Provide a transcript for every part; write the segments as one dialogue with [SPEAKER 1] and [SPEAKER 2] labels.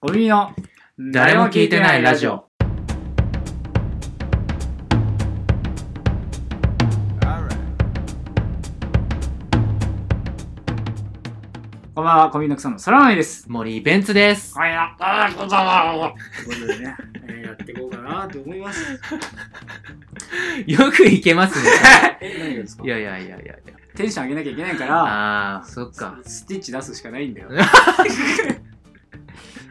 [SPEAKER 1] ゴミの
[SPEAKER 2] 誰も聞いてないラジオ。
[SPEAKER 1] こんばんはゴミの草のそらないです
[SPEAKER 2] 森ベンツです。
[SPEAKER 1] はいやあーこんばんはということでね、えーやっていこうかなと思います
[SPEAKER 2] よくいけますね。
[SPEAKER 1] え何がですか
[SPEAKER 2] いやいやいやいやいや。
[SPEAKER 1] テンション上げなきゃいけないから
[SPEAKER 2] ああ、そっか。
[SPEAKER 1] ススティッチ出すしかないんだ よ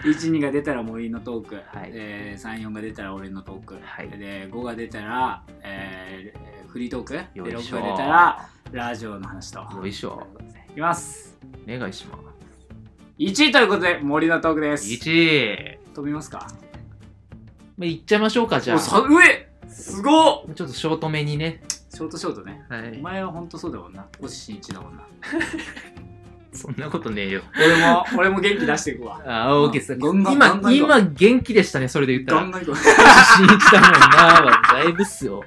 [SPEAKER 1] 12が出たら森のトーク、
[SPEAKER 2] はい
[SPEAKER 1] えー、34が出たら俺のトーク、
[SPEAKER 2] はい
[SPEAKER 1] で5が出たら、えー、フリートークで
[SPEAKER 2] よいしょ
[SPEAKER 1] 6が出たらラジオの話と
[SPEAKER 2] よいしょ。
[SPEAKER 1] いきます
[SPEAKER 2] お願いしま
[SPEAKER 1] 1位ということで森のトークです
[SPEAKER 2] す。1。
[SPEAKER 1] 飛びますか
[SPEAKER 2] まあ、いっちゃいましょうか、じゃあ。
[SPEAKER 1] お
[SPEAKER 2] ち
[SPEAKER 1] さ
[SPEAKER 2] ょ
[SPEAKER 1] 上すごっ
[SPEAKER 2] っとショートめにね。
[SPEAKER 1] ショートショートね
[SPEAKER 2] は
[SPEAKER 1] お
[SPEAKER 2] い。
[SPEAKER 1] 前はほんとそうだもんな星新一だもんな
[SPEAKER 2] そんなことねえよ。
[SPEAKER 1] 俺 も俺も元気出していくわ
[SPEAKER 2] ああ、オーケーです。
[SPEAKER 1] ガンガンガンガ
[SPEAKER 2] 今、
[SPEAKER 1] ン
[SPEAKER 2] 今元気でしたね、それで言った
[SPEAKER 1] ガ
[SPEAKER 2] ら
[SPEAKER 1] ン。ガンいこ
[SPEAKER 2] 信じ たもんな。だいぶっすよ。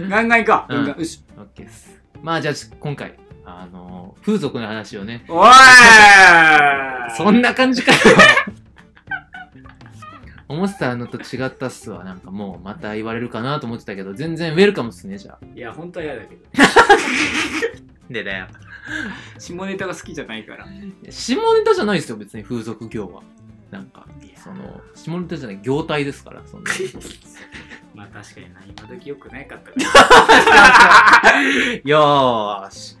[SPEAKER 1] うガンガンいこう、
[SPEAKER 2] う
[SPEAKER 1] ガ
[SPEAKER 2] ん
[SPEAKER 1] ンガンよし
[SPEAKER 2] オッケーです。まあ、じゃあ、今回、あのー、風俗の話をね。
[SPEAKER 1] おい
[SPEAKER 2] そんな感じかよ。 思ってたのと違ったっすわ。なんかもうまた言われるかなと思ってたけど、全然ウェルカムっすね、じゃあ。
[SPEAKER 1] いや本当は嫌だけど
[SPEAKER 2] でだよ。
[SPEAKER 1] 下ネタが好きじゃない から
[SPEAKER 2] 下ネタじゃないですよ、別に風俗業は。なんか、その、下ネタじゃない、業態ですから、そんな。
[SPEAKER 1] まあ確かにな今時よくないかったから
[SPEAKER 2] よーし。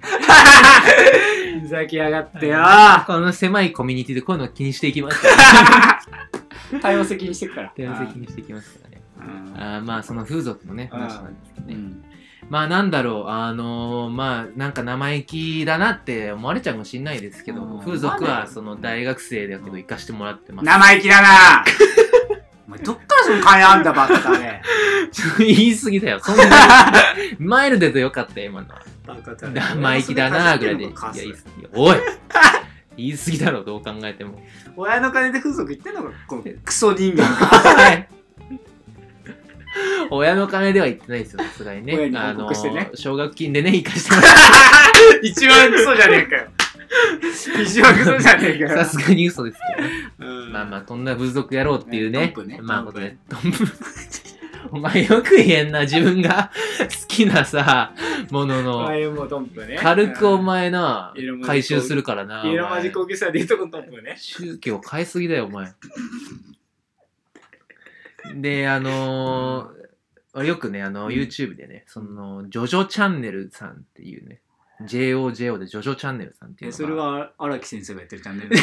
[SPEAKER 1] ふざけやがってよ
[SPEAKER 2] この狭いコミュニティでこういうの気にしていきます
[SPEAKER 1] 対応責任してくから
[SPEAKER 2] 全然気にしていきますからね。
[SPEAKER 1] うん
[SPEAKER 2] あーまあ、その風俗のね、
[SPEAKER 1] うん
[SPEAKER 2] 話なんですけど
[SPEAKER 1] う
[SPEAKER 2] ね。
[SPEAKER 1] ん
[SPEAKER 2] まあなんだろう、あのーまあなんか生意気だなって思われちゃうかもしれないですけど、
[SPEAKER 1] うん
[SPEAKER 2] 風俗はその大学生だけど行かしてもらってます。
[SPEAKER 1] 生意気だなお前どっからその金あんだバカだね
[SPEAKER 2] 言い過ぎだよ。そんな、マイルドでよかったよ、今のは。
[SPEAKER 1] バカだ
[SPEAKER 2] 生意気だなぐらいで。いや、言い過ぎ。おい言い過ぎだろ、どう考えても。
[SPEAKER 1] 親の金で風俗行ってんのかこのクソ人間が
[SPEAKER 2] 親の金では言ってないですよ、さすがにね。
[SPEAKER 1] 親に
[SPEAKER 2] あ
[SPEAKER 1] 報
[SPEAKER 2] の
[SPEAKER 1] 告してね
[SPEAKER 2] ー、奨学金でね、行かして もらっ
[SPEAKER 1] 一番クソじゃねえかよ一番クソじゃねえか
[SPEAKER 2] て
[SPEAKER 1] よ
[SPEAKER 2] さすがに嘘ですけど。
[SPEAKER 1] うん
[SPEAKER 2] まあまあ、こんな風俗やろうっていうね。
[SPEAKER 1] トンプね
[SPEAKER 2] まあ、
[SPEAKER 1] トン
[SPEAKER 2] こ
[SPEAKER 1] プ
[SPEAKER 2] とね。トンプ。 お前よく言えんな、自分が好きなさ、もの
[SPEAKER 1] お
[SPEAKER 2] の。
[SPEAKER 1] 前もドンプね
[SPEAKER 2] 軽くお前な
[SPEAKER 1] うん、
[SPEAKER 2] 回収するからな。
[SPEAKER 1] イエローマジック
[SPEAKER 2] お前
[SPEAKER 1] オーケストラでいいとこトンプね
[SPEAKER 2] 宗教変えすぎだよ、お前。で、あのー、よくね、あの、YouTube でね、その、ジョジョチャンネルさんっていうね、JOJO でジョジョチャンネルさんってい
[SPEAKER 1] え
[SPEAKER 2] うのが。
[SPEAKER 1] それは荒木先生がやってるチャン ネル
[SPEAKER 2] 違い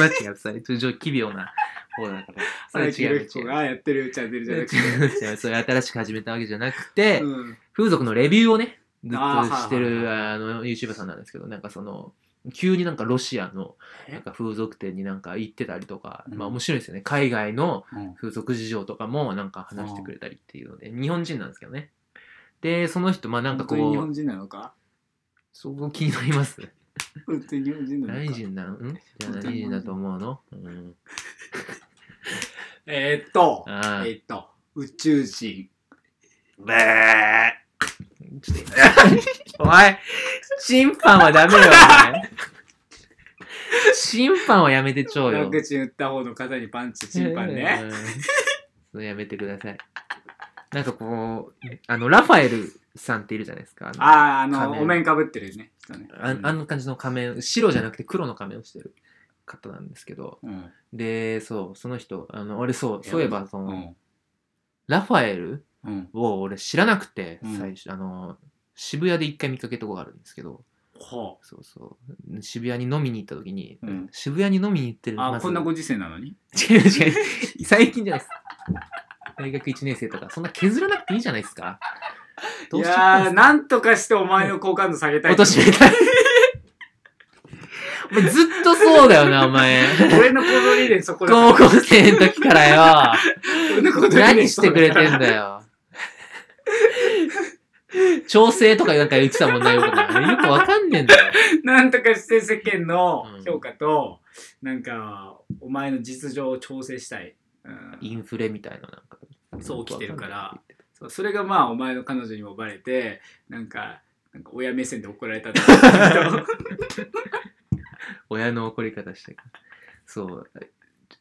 [SPEAKER 2] ます、違います。それ通常奇妙な方だから。それ
[SPEAKER 1] 荒木
[SPEAKER 2] 違う違
[SPEAKER 1] 宏
[SPEAKER 2] う。
[SPEAKER 1] 彦がやってるチャンネルじゃなくて
[SPEAKER 2] 違うそれ新しく始めたわけじゃなくて、
[SPEAKER 1] うん
[SPEAKER 2] 風俗のレビューをねずっ
[SPEAKER 1] あー
[SPEAKER 2] として
[SPEAKER 1] はい
[SPEAKER 2] る
[SPEAKER 1] は
[SPEAKER 2] あの YouTuber さんなんですけどなんかその急になんかロシアの
[SPEAKER 1] え
[SPEAKER 2] なんか風俗店になんか行ってたりとか、
[SPEAKER 1] うん
[SPEAKER 2] まあ面白いですよね海外の
[SPEAKER 1] うん
[SPEAKER 2] 風俗事情とかもなんか話してくれたりっていうので日本人なんですけどねでその人まあなんか
[SPEAKER 1] 本
[SPEAKER 2] こ
[SPEAKER 1] 当に日本
[SPEAKER 2] う
[SPEAKER 1] 人なのか
[SPEAKER 2] そこ気になります
[SPEAKER 1] 本当に日本人なの
[SPEAKER 2] 何
[SPEAKER 1] か
[SPEAKER 2] 人なのんじゃあ何人だと思うの、うん、
[SPEAKER 1] えーっとえ
[SPEAKER 2] あー
[SPEAKER 1] ーっと宇宙人
[SPEAKER 2] ブーちょっと お前、審判はダメよ、お前。審判はやめてちょう
[SPEAKER 1] ワ
[SPEAKER 2] よ。
[SPEAKER 1] クチン打った方の肩にパンチ審判ね
[SPEAKER 2] うん。それやめてください。なんかこう、あの、ラファエルさんっているじゃないですか。あ
[SPEAKER 1] ああ、あ
[SPEAKER 2] 仮
[SPEAKER 1] の、
[SPEAKER 2] 面
[SPEAKER 1] お面かぶってるね。人ね
[SPEAKER 2] のああの感じの仮面、白じゃなくて黒の仮面をしてる方なんですけど。
[SPEAKER 1] うん。
[SPEAKER 2] で、そう、その人、あの、俺そう、そういえば、そうの、
[SPEAKER 1] ん。
[SPEAKER 2] ラファエル
[SPEAKER 1] うん。
[SPEAKER 2] を俺知らなくて
[SPEAKER 1] うん、
[SPEAKER 2] 最初、あの、渋谷で一回見かけたとこがあるんですけど、
[SPEAKER 1] ほ
[SPEAKER 2] そうそう。渋谷に飲みに行った時に、
[SPEAKER 1] うん
[SPEAKER 2] 渋谷に飲みに行って
[SPEAKER 1] う。
[SPEAKER 2] る
[SPEAKER 1] あ、
[SPEAKER 2] まず
[SPEAKER 1] こんなご時世なのに
[SPEAKER 2] 違う違う。最近じゃないです。大学1年生とか、そんな削らなくていいじゃないですか。
[SPEAKER 1] い
[SPEAKER 2] どうしちゃった
[SPEAKER 1] やー、
[SPEAKER 2] んですか
[SPEAKER 1] なんとかしてお前の好感度下げたい。
[SPEAKER 2] 落としめたい。お前ずっとそうだよな、お前。
[SPEAKER 1] 俺の行動理念そこだ から。
[SPEAKER 2] 高校生の時からよ。
[SPEAKER 1] 俺の行動理念
[SPEAKER 2] 何してくれてん
[SPEAKER 1] よ。
[SPEAKER 2] だよ。調整とかなんか言ってたもんな、よくなよくわかんねえんだよ。
[SPEAKER 1] なんとかして世間の評価と、なんか、お前の実情を調整したい。うん
[SPEAKER 2] インフレみたいな、なんか。
[SPEAKER 1] そう来てるから
[SPEAKER 2] よくわんないって言って。
[SPEAKER 1] そうそれがまあ、お前の彼女にもバレて、なんか、なんか親目線で怒られたんだ
[SPEAKER 2] 親の怒り方してそう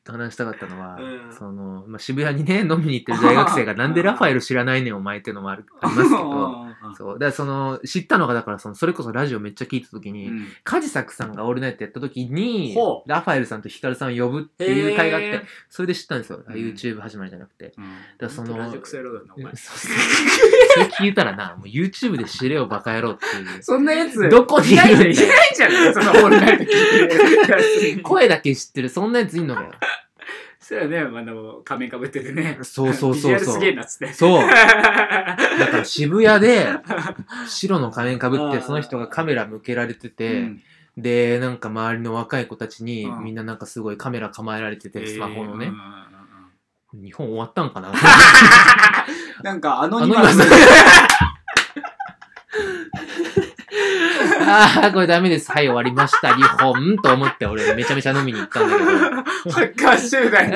[SPEAKER 2] と話したかったのは、
[SPEAKER 1] うん
[SPEAKER 2] そのまあ、渋谷にね飲みに行ってる大学生がなんでラファエル知らないねんお前っていうのもあるありますけどそうだからその知ったのがだからそのそれこそラジオめっちゃ聞いた時に、
[SPEAKER 1] うん
[SPEAKER 2] 梶作さんが「オールナイト」やった時に
[SPEAKER 1] ほう
[SPEAKER 2] ラファエルさんとヒカルさんを呼ぶっていう会があっ
[SPEAKER 1] へ
[SPEAKER 2] て
[SPEAKER 1] ー
[SPEAKER 2] それで知ったんですよ、
[SPEAKER 1] うん
[SPEAKER 2] YouTube 始まりじゃなくて。
[SPEAKER 1] うん
[SPEAKER 2] らその
[SPEAKER 1] ラジオクソ野郎だなお前
[SPEAKER 2] そうそうそれ聞いたらな、もう YouTube で知れよ、バカ野郎ってい う。
[SPEAKER 1] そんなやつ
[SPEAKER 2] どこにい
[SPEAKER 1] いない
[SPEAKER 2] るんだよ
[SPEAKER 1] いないじゃんそのオンラインで聞いてるやつに
[SPEAKER 2] 声だけ知ってる、そんなやついんのかよ。
[SPEAKER 1] そしたらねあの仮面かぶっててね
[SPEAKER 2] そうそうそ
[SPEAKER 1] ビジ
[SPEAKER 2] う
[SPEAKER 1] ュアル
[SPEAKER 2] そ
[SPEAKER 1] す
[SPEAKER 2] う
[SPEAKER 1] げ。えなっつって
[SPEAKER 2] そう。だから渋谷 で、白の仮面かぶって、その人がカメラ向けられてて、
[SPEAKER 1] うん
[SPEAKER 2] で、なんか周りの若い子たちに、
[SPEAKER 1] うん
[SPEAKER 2] みんななんかすごいカメラ構えられてて、スマホの
[SPEAKER 1] えーう
[SPEAKER 2] ね
[SPEAKER 1] んう、んうんうん
[SPEAKER 2] 日本終わったんかな
[SPEAKER 1] なんかアノ
[SPEAKER 2] あ
[SPEAKER 1] ニ
[SPEAKER 2] の
[SPEAKER 1] マス
[SPEAKER 2] 今ああ、これダメです。はい、終わりました。日本と思って、俺めちゃめちゃ飲みに行ったんだけど。
[SPEAKER 1] ハッカー集団に、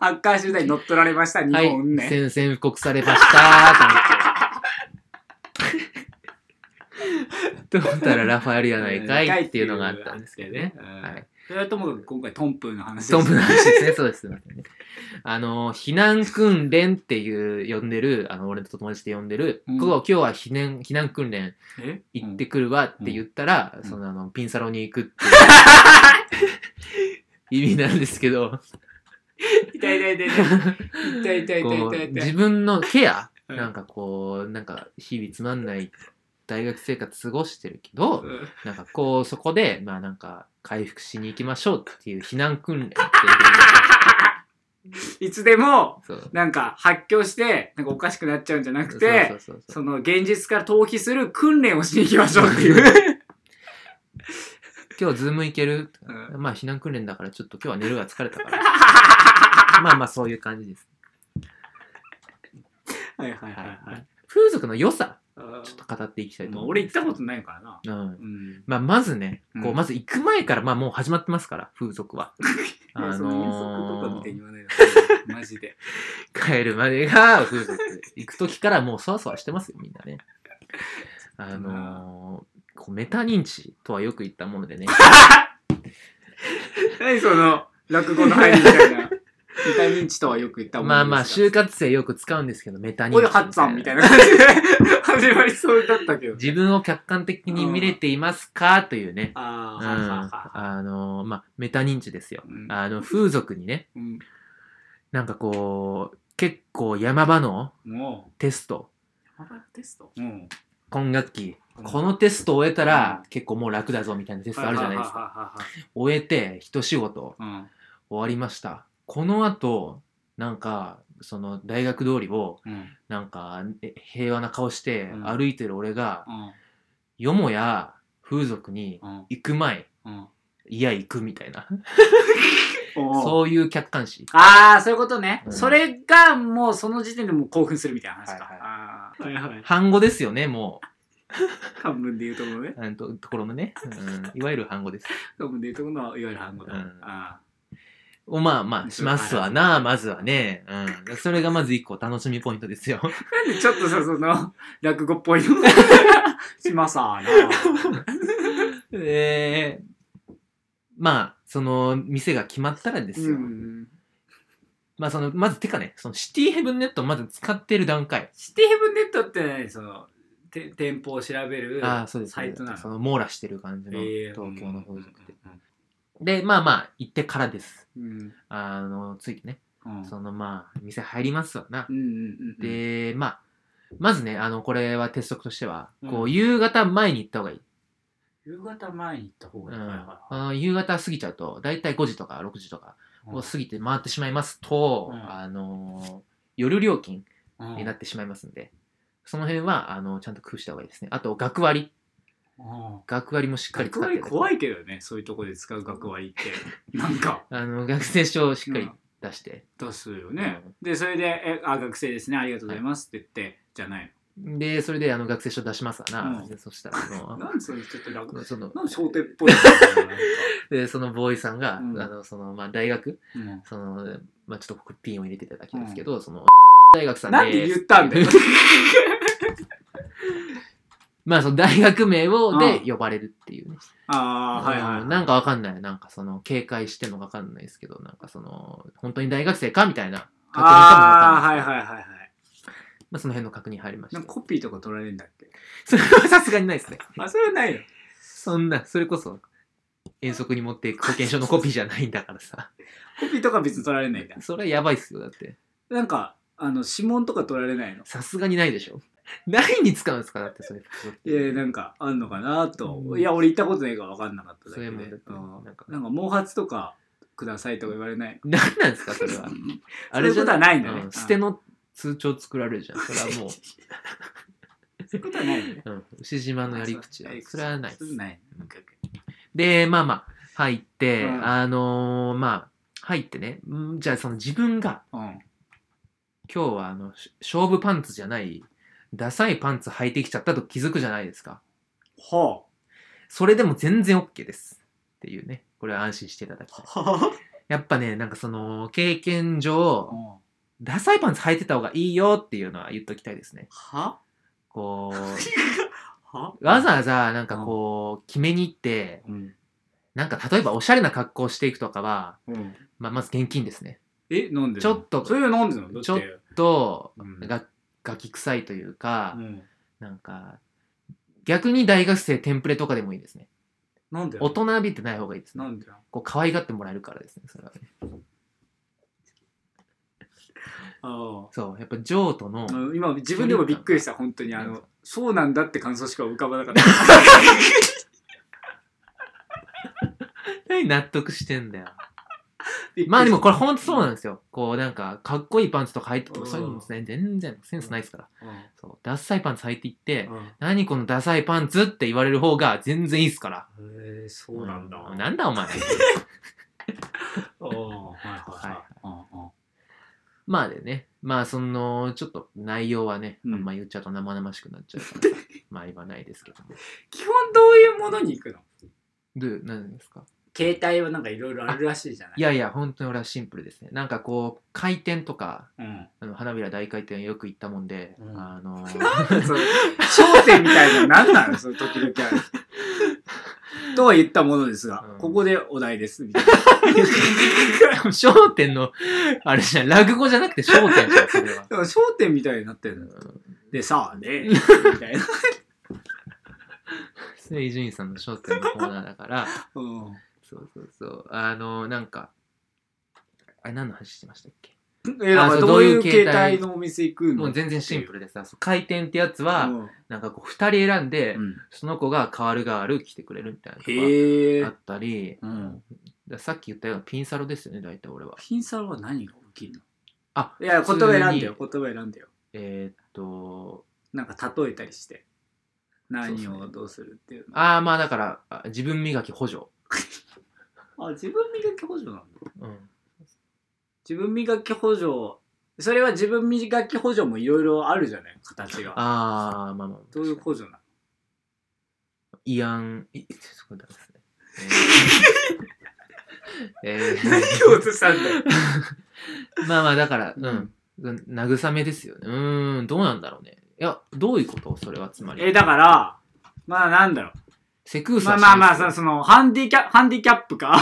[SPEAKER 1] ハッカー集団に乗っ取られました、日
[SPEAKER 2] はい
[SPEAKER 1] 本、ね。
[SPEAKER 2] 宣戦布告されましたー と思って。と思ったらラファエルやないかいっていうのがあったんですけどね。
[SPEAKER 1] うん
[SPEAKER 2] はい。
[SPEAKER 1] それはともかく今回トンプーの話
[SPEAKER 2] ストンプの話ですね。そうです。すいませんね。あの、避難訓練っていう呼んでる、あの、俺と友達で呼んでる、
[SPEAKER 1] うん
[SPEAKER 2] ここ今日は避難、避難訓練
[SPEAKER 1] え
[SPEAKER 2] 行ってくるわって言ったら、
[SPEAKER 1] うん
[SPEAKER 2] その、あの、ピンサロに行くって いう意味なんですけど、
[SPEAKER 1] うん痛い痛い痛い痛い痛い痛い痛い
[SPEAKER 2] こ
[SPEAKER 1] 痛
[SPEAKER 2] う
[SPEAKER 1] い痛
[SPEAKER 2] 自
[SPEAKER 1] い。
[SPEAKER 2] 分のケア、
[SPEAKER 1] うん
[SPEAKER 2] なんかこうなんか日々つまんない大学生活過ごしてるけど、
[SPEAKER 1] うん
[SPEAKER 2] なんかこうそこでまあなんか回復しに行きましょうっていう避難訓練っていう
[SPEAKER 1] いつでも、
[SPEAKER 2] そ うそう
[SPEAKER 1] なんか発狂して、なんかおかしくなっちゃうんじゃなく
[SPEAKER 2] そ
[SPEAKER 1] て
[SPEAKER 2] う、そうそう
[SPEAKER 1] その現実から逃避する訓練をしに行きましょうっていう。
[SPEAKER 2] 今日ズーム行ける、
[SPEAKER 1] う
[SPEAKER 2] まあ避難訓練だからちょっと今日は寝るが疲れたから まあまあそういう感じです、
[SPEAKER 1] はいはいはい
[SPEAKER 2] はい
[SPEAKER 1] はい。
[SPEAKER 2] 風俗の良さ
[SPEAKER 1] あ
[SPEAKER 2] ちょっと語っていきたいと
[SPEAKER 1] まあ
[SPEAKER 2] 思、
[SPEAKER 1] 俺行ったこととないからな。
[SPEAKER 2] うん
[SPEAKER 1] うん。
[SPEAKER 2] まあ、まずね、こ
[SPEAKER 1] う
[SPEAKER 2] うんまず行く前から、まあもう始まってますから風俗 は
[SPEAKER 1] いやその遠足とかみ
[SPEAKER 2] ー
[SPEAKER 1] たいに言わないでほしいマジで。
[SPEAKER 2] 帰るまでが風俗行く時からもうそわそわしてますよみんなねあのー、こうメタ認知とはよく言ったもの でね
[SPEAKER 1] 何その落語の入りみたいな。見た認知とはよく言ったもんです
[SPEAKER 2] まあまあ就
[SPEAKER 1] 週
[SPEAKER 2] 活生よく使うんですけどメタ認知
[SPEAKER 1] おい、ハッツァンみたいな感じで始まりそうだったけど。
[SPEAKER 2] 自分を客観的に見れていますかというねうん
[SPEAKER 1] ああ、
[SPEAKER 2] あのーまあメタ認知ですよ
[SPEAKER 1] うん
[SPEAKER 2] あの風俗にね
[SPEAKER 1] うん。
[SPEAKER 2] なんかこう結構山場の
[SPEAKER 1] も
[SPEAKER 2] テスト
[SPEAKER 1] う、山田テストうん。
[SPEAKER 2] 今学期
[SPEAKER 1] うん
[SPEAKER 2] このテスト終えたら
[SPEAKER 1] う
[SPEAKER 2] 結構もう楽だぞみたいなテストあるじゃないですか
[SPEAKER 1] か。
[SPEAKER 2] 終えて一仕事
[SPEAKER 1] うん。
[SPEAKER 2] 終わりましたこの後なんかその大学通りを
[SPEAKER 1] うん。
[SPEAKER 2] なんかえ平和な顔して
[SPEAKER 1] うん
[SPEAKER 2] 歩いてる俺が、
[SPEAKER 1] うん。
[SPEAKER 2] よもや風俗に
[SPEAKER 1] うん。
[SPEAKER 2] 行く前
[SPEAKER 1] うん。
[SPEAKER 2] いや行くみたいな
[SPEAKER 1] そう。
[SPEAKER 2] そういう客観視
[SPEAKER 1] ああ、そういうことね。
[SPEAKER 2] うん
[SPEAKER 1] それがもうその時点でもう興奮するみたいな話か。
[SPEAKER 2] はい
[SPEAKER 1] ああはいはい。
[SPEAKER 2] 半語ですよねも
[SPEAKER 1] 漢文で言うとこのね。
[SPEAKER 2] ううんとところのね、うん、いわゆる半語です
[SPEAKER 1] 漢文で言うとこのいわゆる反語だ。
[SPEAKER 2] うん
[SPEAKER 1] あ
[SPEAKER 2] をまあまあしますわなまずはね、うん、それがまず一個楽しみポイン トですよ
[SPEAKER 1] あなんでちょっとさ、その、 落語っ ぽいのしまさーな。
[SPEAKER 2] えーまあその店が決まったらですよ、
[SPEAKER 1] うん。
[SPEAKER 2] まあその、まず、てかね、そのシティヘブンネットをまず使ってる段階。
[SPEAKER 1] シティヘブンネットって何その、て店舗を調べる
[SPEAKER 2] ああ、そうです。
[SPEAKER 1] サイトな
[SPEAKER 2] そ
[SPEAKER 1] の。
[SPEAKER 2] の網羅してる感じの、
[SPEAKER 1] えー
[SPEAKER 2] 東京の風俗で。で、まあまあ、行ってからです。
[SPEAKER 1] うん。
[SPEAKER 2] あの、ついてね、
[SPEAKER 1] うん。
[SPEAKER 2] そのまあ、店入りますわな
[SPEAKER 1] う。んうんうん。、
[SPEAKER 2] で、まあ、まずね、あの、これは鉄則としては、
[SPEAKER 1] うん
[SPEAKER 2] こう、夕方前に行った方がいい。
[SPEAKER 1] 夕方前に行った方
[SPEAKER 2] う
[SPEAKER 1] が
[SPEAKER 2] ん
[SPEAKER 1] いい。はいはいはい
[SPEAKER 2] あの夕方過ぎちゃうと、だいたい5時とか6時とか
[SPEAKER 1] う
[SPEAKER 2] を
[SPEAKER 1] ん
[SPEAKER 2] 過ぎて回ってしまいますと、
[SPEAKER 1] うん
[SPEAKER 2] あの、夜料金
[SPEAKER 1] うん
[SPEAKER 2] になってしまいますんで、その辺はあのちゃんと工夫した方がいいですね。あと、学割。
[SPEAKER 1] うん
[SPEAKER 2] 学割もしっかり
[SPEAKER 1] 学
[SPEAKER 2] 使って
[SPEAKER 1] 割
[SPEAKER 2] る。
[SPEAKER 1] 怖いけどね、そういうとこで使う学割って。なん か、
[SPEAKER 2] あの学生証をしっかり出して。
[SPEAKER 1] 出すよね。で、それで、え、あ、学生ですね、ありがとうございますって言って、じゃない
[SPEAKER 2] で、それであの学生証出しますわな。
[SPEAKER 1] うん
[SPEAKER 2] でそしたら
[SPEAKER 1] の。
[SPEAKER 2] あ
[SPEAKER 1] なんそれちょっと楽。
[SPEAKER 2] の、その、
[SPEAKER 1] なん商店っぽいの。なんか
[SPEAKER 2] でそのボーイさんが、
[SPEAKER 1] うん
[SPEAKER 2] あのそのまあ、大学、
[SPEAKER 1] うん
[SPEAKER 2] そのまあ、ちょっとここピンを入れていただきますけど、その、 大学さん
[SPEAKER 1] なんで言
[SPEAKER 2] す
[SPEAKER 1] ったんだよ。
[SPEAKER 2] まあ、その大学名を
[SPEAKER 1] う
[SPEAKER 2] で
[SPEAKER 1] ん
[SPEAKER 2] 呼ばれるっていうね。
[SPEAKER 1] ああ、はいはい。
[SPEAKER 2] うんなんかわかんない。なんかその、警戒してんのかわかんないですけど、なんかその、本当に大学生かみたいな確認かも
[SPEAKER 1] あ
[SPEAKER 2] わ
[SPEAKER 1] あ
[SPEAKER 2] かん
[SPEAKER 1] ー、はいい
[SPEAKER 2] なですけど。
[SPEAKER 1] はいはいはい。
[SPEAKER 2] まあその辺の確認入りまし
[SPEAKER 1] な
[SPEAKER 2] た
[SPEAKER 1] ん。かコピーとか取られるんだっけ
[SPEAKER 2] それ はさすがにないですね。
[SPEAKER 1] あ、それはないよ。
[SPEAKER 2] そんな、それこそ、遠足に持っていく保険証のコピーじゃないんだからさ。
[SPEAKER 1] コピーとか別に取られないんだ。
[SPEAKER 2] それはやばいっすよ、だって。
[SPEAKER 1] なんか、あの、指紋とか取られないの
[SPEAKER 2] さすがにないでしょ。何に使うんですかだってそれ。
[SPEAKER 1] えー、なんか、あんのかなと。
[SPEAKER 2] うん
[SPEAKER 1] いや、俺行ったことないから分かんなかっただけで。
[SPEAKER 2] そういうもんだったね
[SPEAKER 1] うん
[SPEAKER 2] なんか
[SPEAKER 1] なんか、毛髪とかくださいとか言われない
[SPEAKER 2] 何なんですかそれは。あれじゃ
[SPEAKER 1] そういうことはないんだね
[SPEAKER 2] うん捨ての通帳作られるじゃん。 それはもう、
[SPEAKER 1] そういうことはないよね。
[SPEAKER 2] うん、牛島のやり口だ
[SPEAKER 1] あう
[SPEAKER 2] それはない
[SPEAKER 1] そ
[SPEAKER 2] で
[SPEAKER 1] れ
[SPEAKER 2] す。
[SPEAKER 1] ない。
[SPEAKER 2] うんで、まあまあ、入って、
[SPEAKER 1] うん
[SPEAKER 2] あのーまあ、入ってね、うんじゃあその自分が、
[SPEAKER 1] うん。
[SPEAKER 2] 今日はあの、し勝負パンツじゃない、ダサいパンツ履いてきちゃったと気づくじゃないですか。
[SPEAKER 1] ほ
[SPEAKER 2] それでも全然 OK です。っていうね、これは安心していただきたい。
[SPEAKER 1] う。
[SPEAKER 2] やっぱね、なんかその、経験上、
[SPEAKER 1] は
[SPEAKER 2] ダサいパンツ履いてた方がいいよっていうのは言っときたいですね。
[SPEAKER 1] は
[SPEAKER 2] こう、
[SPEAKER 1] は
[SPEAKER 2] わざわざなんかこう、決めに行って、
[SPEAKER 1] うん。
[SPEAKER 2] なんか例えばおしゃれな格好をしていくとかは、
[SPEAKER 1] うん。
[SPEAKER 2] まあ、まず現金ですね。
[SPEAKER 1] え、なんで
[SPEAKER 2] ちょっと
[SPEAKER 1] それはなんでなのだって
[SPEAKER 2] ちょっと、
[SPEAKER 1] うん
[SPEAKER 2] が、ガキ臭いというか
[SPEAKER 1] う、ん。
[SPEAKER 2] なんか、逆に大学生テンプレとかでもいいですね。
[SPEAKER 1] なんでな
[SPEAKER 2] 大
[SPEAKER 1] の
[SPEAKER 2] 人びてない方がいいです
[SPEAKER 1] な
[SPEAKER 2] ね。
[SPEAKER 1] んでなの
[SPEAKER 2] こう、可愛がってもらえるからですね、それはね。
[SPEAKER 1] あ
[SPEAKER 2] そう、やっぱ譲渡の、
[SPEAKER 1] あ。うん今、自分でもびっくりした、本当に。あ
[SPEAKER 2] なん
[SPEAKER 1] の
[SPEAKER 2] か、
[SPEAKER 1] そうなんだって感想しか浮かばなかった。
[SPEAKER 2] 何納得してんだよ。
[SPEAKER 1] びっくりした
[SPEAKER 2] まあでもこれほんとそうなんですよ。こうなんかかっこいいパンツとか履いてとかそういうのもね、全然センスないですから。
[SPEAKER 1] う
[SPEAKER 2] そう。ダッサいパンツ履いていって、
[SPEAKER 1] ん。うん
[SPEAKER 2] 何このダサいパンツって言われる方が全然いいっすから。
[SPEAKER 1] へえそうなんだ。
[SPEAKER 2] うなん だお前。
[SPEAKER 1] ああはいはいはいうんうん。
[SPEAKER 2] まあでね、まあその、ちょっと内容はね、
[SPEAKER 1] うん
[SPEAKER 2] あんま言っちゃうと生々しくなっちゃ うから、まあ言わないですけども。
[SPEAKER 1] 基本どういうものに行くの
[SPEAKER 2] どう、何ですか
[SPEAKER 1] 携帯はなんかいろいろあるらしいじゃない
[SPEAKER 2] いやいや、本当に俺はシンプルですね。なんかこう、回転とか、
[SPEAKER 1] うん。
[SPEAKER 2] あの花びら大回転よく行ったもんで、
[SPEAKER 1] うん
[SPEAKER 2] あの、
[SPEAKER 1] それ焦点みたいなの何なの その時々ある。とは言ったものですが、
[SPEAKER 2] うん
[SPEAKER 1] ここでお題です、みたい
[SPEAKER 2] 焦点の、あれじゃん、落語じゃなくて焦点じゃん、それは。
[SPEAKER 1] な。焦点みたいになってるの。で、さあね、みたいな。
[SPEAKER 2] 伊集院さんの焦点のコーナーだから、
[SPEAKER 1] うん。
[SPEAKER 2] そうそうそう、あの、なんか、あれ何の話してましたっけ
[SPEAKER 1] え、だからどういう携帯のお店行くの
[SPEAKER 2] もう全然シンプルでさ、そう回転ってやつ
[SPEAKER 1] ル
[SPEAKER 2] は、なんかこう、二人選んで、
[SPEAKER 1] うん。
[SPEAKER 2] その子が代わる代わる来てくれるみたいなの
[SPEAKER 1] へ
[SPEAKER 2] があ
[SPEAKER 1] え。
[SPEAKER 2] ったり、
[SPEAKER 1] うん。
[SPEAKER 2] ださっき言ったようなピンサロですよね、大体俺は。
[SPEAKER 1] ピンサロは何が起きるの
[SPEAKER 2] あ、
[SPEAKER 1] いや、言葉選んでよ、
[SPEAKER 2] 普
[SPEAKER 1] 言葉選んでよ。
[SPEAKER 2] えーっと、
[SPEAKER 1] なんか例えたりして何
[SPEAKER 2] そうっす
[SPEAKER 1] を
[SPEAKER 2] ね
[SPEAKER 1] どうするっていうの
[SPEAKER 2] ああ、まあだから、あ自分磨き補助。
[SPEAKER 1] あ自分磨き補助なんだ
[SPEAKER 2] うん。
[SPEAKER 1] 自分磨き補助それは自分磨き補助もいろいろあるじゃない形が
[SPEAKER 2] ああ、まあまあ。
[SPEAKER 1] どういう補助なの
[SPEAKER 2] 慰安、い、 そこだですね。えーえ
[SPEAKER 1] 何を落としたんだ よ
[SPEAKER 2] ー、 まあまあだから、うん、慰めですよね。うーん、どうなんだろうね。いや、どういうことそれはつまり。
[SPEAKER 1] えだからまあなんだろ
[SPEAKER 2] セクー
[SPEAKER 1] うま
[SPEAKER 2] サ
[SPEAKER 1] あ
[SPEAKER 2] ー
[SPEAKER 1] まあまあ
[SPEAKER 2] しな
[SPEAKER 1] そのそ
[SPEAKER 2] いです
[SPEAKER 1] のハンディキャハンディキャップか
[SPEAKER 2] よ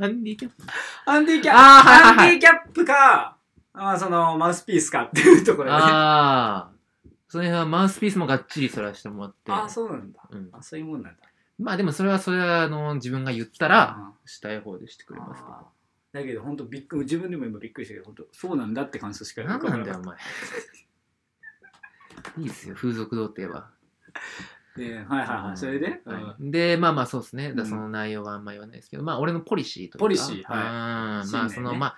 [SPEAKER 2] ハンディキャップ
[SPEAKER 1] ハンディキャップ
[SPEAKER 2] あーはいはいはい
[SPEAKER 1] ハンディキャップかまあそのマウスピースかっていうところでね
[SPEAKER 2] ああ、その辺はマウスピースもがっちりそらしてもらって。
[SPEAKER 1] あそうなんだ
[SPEAKER 2] うん、
[SPEAKER 1] あそういうもんなんだ
[SPEAKER 2] まあでもそれはそれはあの自分が言った
[SPEAKER 1] から
[SPEAKER 2] したい方でしてくれます
[SPEAKER 1] あーだけど本当びっくり自分でも今びっくりしたけど本当そうなんだって感想しか
[SPEAKER 2] けど。何なんだよ
[SPEAKER 1] か
[SPEAKER 2] お前。 いいですよ風俗童貞は。
[SPEAKER 1] ったではいはいはいそれで、
[SPEAKER 2] はい
[SPEAKER 1] うん
[SPEAKER 2] でまあまあそうですね、だ
[SPEAKER 1] う
[SPEAKER 2] から
[SPEAKER 1] ん
[SPEAKER 2] その内容はあんま言わないですけどまあ俺のポリシーというか
[SPEAKER 1] ポリシーはい
[SPEAKER 2] はい
[SPEAKER 1] 信
[SPEAKER 2] ま
[SPEAKER 1] 念
[SPEAKER 2] あ
[SPEAKER 1] ね
[SPEAKER 2] そのまあ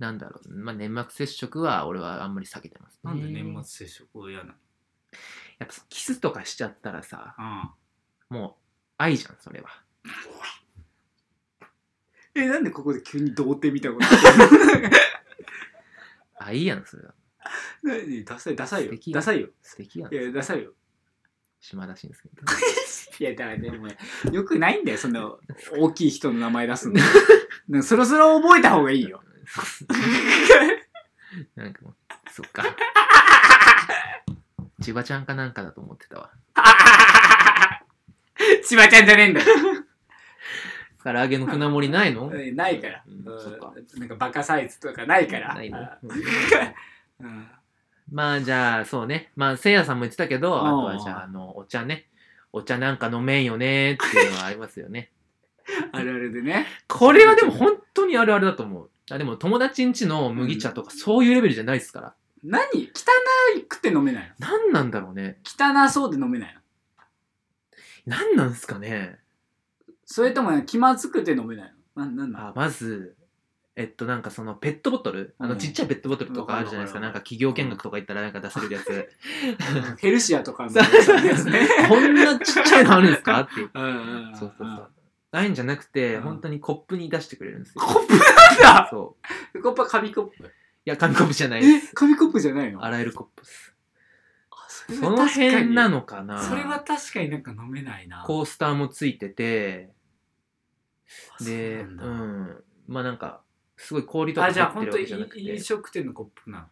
[SPEAKER 2] なんだろう、まあ、粘膜接触は俺はあんまり避けてますね
[SPEAKER 1] なんで年末接触を嫌なの
[SPEAKER 2] やっぱキスとかしちゃったらさ
[SPEAKER 1] あ
[SPEAKER 2] もう愛じゃんそれは
[SPEAKER 1] ーえなんでここで急に童貞みたいなこと言ってんの
[SPEAKER 2] 愛やんそれは
[SPEAKER 1] 何ダサいダサいよ
[SPEAKER 2] 素敵
[SPEAKER 1] ダサいよ
[SPEAKER 2] 素敵やん
[SPEAKER 1] いやダサいよ
[SPEAKER 2] 島田紳介
[SPEAKER 1] いやだからねもうよくないんだよそ の大きい人の名前出すの なんかそろそろ覚えた方がい いよ
[SPEAKER 2] なんかもうそっか千葉ちゃんかなんかだと思ってたわ
[SPEAKER 1] 千葉ちゃんじゃねえんだよ
[SPEAKER 2] 唐揚げの船盛りないの
[SPEAKER 1] えないから、
[SPEAKER 2] う
[SPEAKER 1] うん
[SPEAKER 2] そっか
[SPEAKER 1] ん、なんかバカサイズとかないから
[SPEAKER 2] ないの
[SPEAKER 1] あ
[SPEAKER 2] う
[SPEAKER 1] う
[SPEAKER 2] ん
[SPEAKER 1] ん
[SPEAKER 2] まあじゃあそうねまあせいやさんも言ってたけど
[SPEAKER 1] うん
[SPEAKER 2] あとはじゃああのお茶ねお茶なんか飲めんよねっていうのはありますよね
[SPEAKER 1] あるあるでね
[SPEAKER 2] これはでも本当にあるあるだと思うあでも友達ん家の麦茶とかそういうレベルじゃないですから、
[SPEAKER 1] 何汚くて飲めない
[SPEAKER 2] なん、何なんだろうね
[SPEAKER 1] の汚そうで飲めないの
[SPEAKER 2] 何なんすかね
[SPEAKER 1] それとも気まずくて飲めないのなんなんだ
[SPEAKER 2] あまずえっとなんかそのペットボトルあの
[SPEAKER 1] うん
[SPEAKER 2] ちっちゃいペットボトルとかあるじゃないですか、
[SPEAKER 1] うん
[SPEAKER 2] なんか企業見学とか行ったらなんか出されるやつ
[SPEAKER 1] ヘルシアとかの
[SPEAKER 2] そう
[SPEAKER 1] ですね
[SPEAKER 2] こんなちっちゃいのあるんですかっていう
[SPEAKER 1] うんうんうん
[SPEAKER 2] そうそうそうああいうんじゃなくて
[SPEAKER 1] うん
[SPEAKER 2] 本当にコップに出してくれるんですよ
[SPEAKER 1] コップなんだ
[SPEAKER 2] そう
[SPEAKER 1] コップは紙コップ
[SPEAKER 2] いや、紙コップじゃないで
[SPEAKER 1] え
[SPEAKER 2] す。
[SPEAKER 1] 紙コップじゃないの
[SPEAKER 2] 洗えるコップです。
[SPEAKER 1] あ
[SPEAKER 2] そ
[SPEAKER 1] れは
[SPEAKER 2] の
[SPEAKER 1] 確かに
[SPEAKER 2] 辺なのかな
[SPEAKER 1] それは確かになんか飲めないな
[SPEAKER 2] コースターもついてて、
[SPEAKER 1] あ
[SPEAKER 2] で、
[SPEAKER 1] そううなん
[SPEAKER 2] ん
[SPEAKER 1] だ
[SPEAKER 2] まあなんか、すごい氷とか
[SPEAKER 1] あじ
[SPEAKER 2] 入
[SPEAKER 1] ゃあ
[SPEAKER 2] って
[SPEAKER 1] 本
[SPEAKER 2] る
[SPEAKER 1] 当
[SPEAKER 2] わ
[SPEAKER 1] に
[SPEAKER 2] けじゃなくて
[SPEAKER 1] 飲食店のコップなの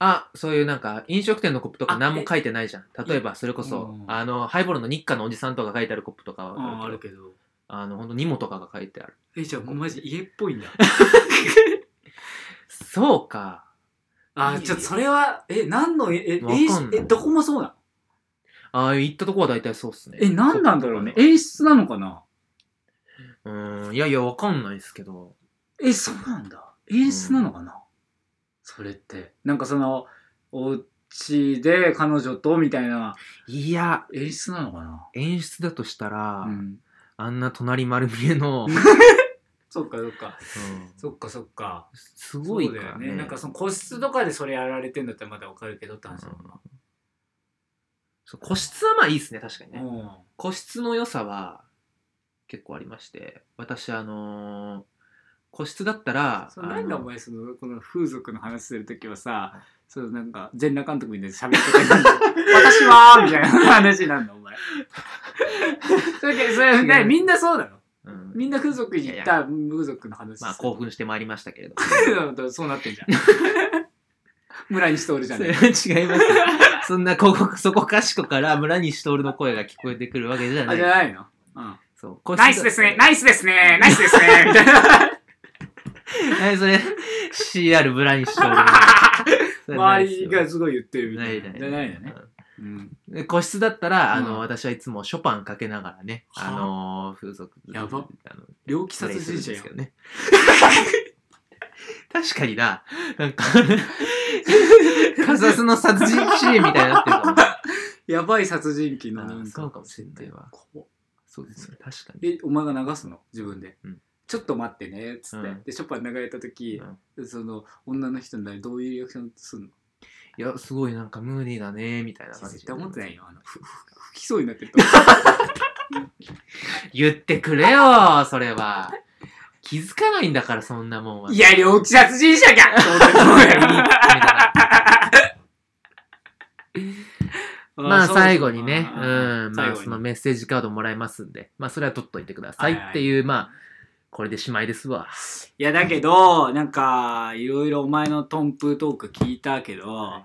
[SPEAKER 2] あ、そういうなんか飲食店のコップとか
[SPEAKER 1] あ
[SPEAKER 2] 何も書いてないじゃん。例えばそれこそ
[SPEAKER 1] う、ん
[SPEAKER 2] あの、ハイボールの日課のおじさんとか書いてあるコップとか
[SPEAKER 1] あ
[SPEAKER 2] は
[SPEAKER 1] ー
[SPEAKER 2] あ
[SPEAKER 1] あ
[SPEAKER 2] る
[SPEAKER 1] る
[SPEAKER 2] けど、
[SPEAKER 1] けど
[SPEAKER 2] あの、本当にもとかが書いてある。
[SPEAKER 1] えじゃあもうマジ家っぽいんだ
[SPEAKER 2] そうか。
[SPEAKER 1] あーちょっとそれはえ何のええ
[SPEAKER 2] わかんない
[SPEAKER 1] えどこもそうなの
[SPEAKER 2] ああ、行ったとこは大体そうっすね。
[SPEAKER 1] え何なんだろうね演出なのかな
[SPEAKER 2] うーん、いやいや、わかんないですけど。
[SPEAKER 1] えそうなんだ演出なのかな、それってなんかそのお家で彼女とみたいない
[SPEAKER 2] や、
[SPEAKER 1] 演出なのかな
[SPEAKER 2] 演出だとしたら、
[SPEAKER 1] うん
[SPEAKER 2] あんな隣丸見えの、うん
[SPEAKER 1] そっかそっか そっかそっか
[SPEAKER 2] すごい
[SPEAKER 1] そう
[SPEAKER 2] か
[SPEAKER 1] だ
[SPEAKER 2] ら
[SPEAKER 1] よ
[SPEAKER 2] ね。
[SPEAKER 1] ねなんかその個室とかでそれやられてんだったらまだわかるけどって
[SPEAKER 2] うん
[SPEAKER 1] 話だもん
[SPEAKER 2] そう個室はまあいいですね、確かにね。
[SPEAKER 1] うん
[SPEAKER 2] 個室の良さは結構ありまして、私、あのー個室だったら、
[SPEAKER 1] そうなんだ
[SPEAKER 2] あ
[SPEAKER 1] お
[SPEAKER 2] の
[SPEAKER 1] 前そのこの風俗の話する時はさそのなんか全裸監督みたいに喋ってたけ ど私は」みたいな話なんだお 前それけそれねみんなそうだろ
[SPEAKER 2] うん
[SPEAKER 1] みんな風俗に行った風俗の話
[SPEAKER 2] まあ興奮してまいりましたけれど。
[SPEAKER 1] そうなってんじゃん村西徹じゃ
[SPEAKER 2] そ
[SPEAKER 1] ね
[SPEAKER 2] れ
[SPEAKER 1] え
[SPEAKER 2] は違いますよ。そんな、ここ、そこかしこから村西徹の声が聞こえてくるわけじゃな
[SPEAKER 1] あじゃ
[SPEAKER 2] い。
[SPEAKER 1] ないの、うん、
[SPEAKER 2] そう個室だ
[SPEAKER 1] ナイスですねナイスですねナイスですね みたいな
[SPEAKER 2] え、それ、CR 村西徹の。 それない
[SPEAKER 1] 周
[SPEAKER 2] です
[SPEAKER 1] り
[SPEAKER 2] よ
[SPEAKER 1] がすごい言ってるみ
[SPEAKER 2] な
[SPEAKER 1] たい
[SPEAKER 2] い
[SPEAKER 1] な
[SPEAKER 2] ない
[SPEAKER 1] じゃないのね、うん、
[SPEAKER 2] で個室だったら、あ
[SPEAKER 1] う
[SPEAKER 2] の
[SPEAKER 1] ん
[SPEAKER 2] 私はいつもショパンかけながらね、
[SPEAKER 1] は
[SPEAKER 2] あのー風俗
[SPEAKER 1] やば
[SPEAKER 2] あの
[SPEAKER 1] 猟奇
[SPEAKER 2] プレ
[SPEAKER 1] 殺
[SPEAKER 2] イする
[SPEAKER 1] 人
[SPEAKER 2] ん
[SPEAKER 1] 者
[SPEAKER 2] で
[SPEAKER 1] よ
[SPEAKER 2] すけどね 確かにななんか カサスの殺人シーンみたいになってるかも
[SPEAKER 1] やばい殺人鬼の
[SPEAKER 2] あ
[SPEAKER 1] なん
[SPEAKER 2] ー
[SPEAKER 1] か
[SPEAKER 2] そうかもしれないわ
[SPEAKER 1] こ
[SPEAKER 2] そうですね確か
[SPEAKER 1] う
[SPEAKER 2] に
[SPEAKER 1] えお前が流すの自分で、
[SPEAKER 2] うん
[SPEAKER 1] ちょっと待ってねっつって、
[SPEAKER 2] うん
[SPEAKER 1] でショパン流れた時、その女の人になりどういうリアクションするの
[SPEAKER 2] いやすごいなんかムーディーだねみたいな感じ
[SPEAKER 1] 絶対思ってないよあのふふ吹きそうになってると 思う
[SPEAKER 2] 言ってくれよそれは気づかないんだからそんなもんはい
[SPEAKER 1] や猟奇殺人者じゃんって思ってると思う
[SPEAKER 2] いいみたい
[SPEAKER 1] よ
[SPEAKER 2] な ま
[SPEAKER 1] そ
[SPEAKER 2] あ
[SPEAKER 1] うそう
[SPEAKER 2] 最後にね、う
[SPEAKER 1] あー
[SPEAKER 2] ん、
[SPEAKER 1] 最
[SPEAKER 2] まあ
[SPEAKER 1] 後
[SPEAKER 2] そ
[SPEAKER 1] に
[SPEAKER 2] のメッセージカードもらえますんで、まあそれは取っといてください
[SPEAKER 1] はいはい
[SPEAKER 2] っていう、まあ、これでしまいですわ。
[SPEAKER 1] いやだけどなんかいろいろお前のトンプトーク聞いたけど、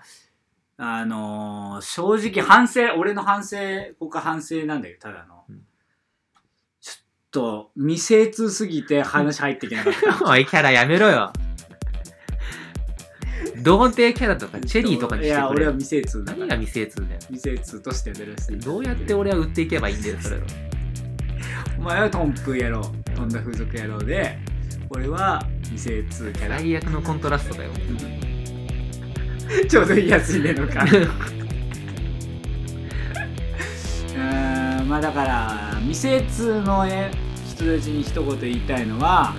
[SPEAKER 1] あのー正直反省俺の反省ここは反省なんだけどただの、
[SPEAKER 2] うん
[SPEAKER 1] ちょっと未精通すぎて話入っていけなかっ
[SPEAKER 2] おい、キャラやめろよ。童貞キャラとか
[SPEAKER 1] た
[SPEAKER 2] チェリーとかに
[SPEAKER 1] い
[SPEAKER 2] して
[SPEAKER 1] や
[SPEAKER 2] く
[SPEAKER 1] 俺
[SPEAKER 2] れ
[SPEAKER 1] は
[SPEAKER 2] よ。
[SPEAKER 1] 未精通だか
[SPEAKER 2] 何が
[SPEAKER 1] ら
[SPEAKER 2] 未精通だよ。
[SPEAKER 1] 未精通としてやるらしい
[SPEAKER 2] どうやって俺は売っていけばいいんだよ、それを。
[SPEAKER 1] お前はトンプ野郎飛んだ風俗野郎で俺は未精通キャラ
[SPEAKER 2] 最悪のコントラストだよ。
[SPEAKER 1] ちょうどいいやつにねのかうーんまあだから未精通のえ人たちに一言言いたいのは、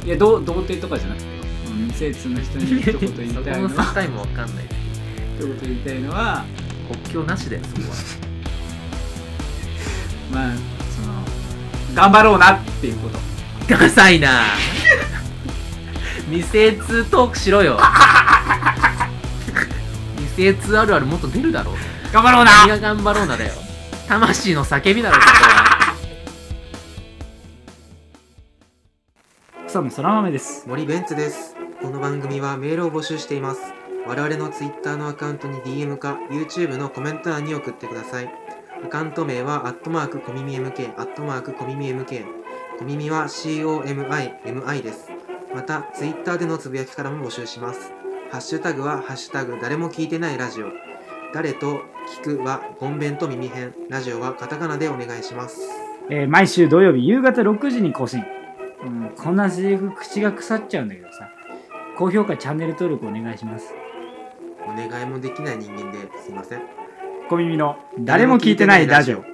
[SPEAKER 1] うん、いやどう童貞とかじゃなくて、うん、未精通の人に一言言い
[SPEAKER 2] そこ
[SPEAKER 1] たいの
[SPEAKER 2] の境
[SPEAKER 1] は
[SPEAKER 2] もわかんない。
[SPEAKER 1] 一言言いたいのは
[SPEAKER 2] 国境なしだよ、そこは。
[SPEAKER 1] まあその頑張ろうなっていうこと
[SPEAKER 2] ダサいな未精通トークしろよ未精通あるあるもっと出るだろう
[SPEAKER 1] 頑張ろう
[SPEAKER 2] 何
[SPEAKER 1] な
[SPEAKER 2] が頑張ろうなだよ魂の叫びだろそれは
[SPEAKER 1] 草野そら豆です
[SPEAKER 3] 森ベンツですこの番組はメールを募集しています我々の Twitter のアカウントに DM か YouTube のコメント欄に送ってくださいアカウント名はアットマークコミミ MK アットマークコミミ MK
[SPEAKER 2] コミミは COMIMI です。また、ツイッターでのつぶやきからも募集します。ハッシュタグは、ハッシュタグ、誰も聞いてないラジオ。誰と聞くは、本弁と耳編。ラジオはカタカナでお願いします。
[SPEAKER 1] えー毎週土曜日夕方6時に更新、うん、こんなセリフ口が腐っちゃうんだけどさ高評価チャンネル登録お願いします
[SPEAKER 2] お願いもできない人間ですいません。
[SPEAKER 1] 小耳の誰も聞いてないラジオ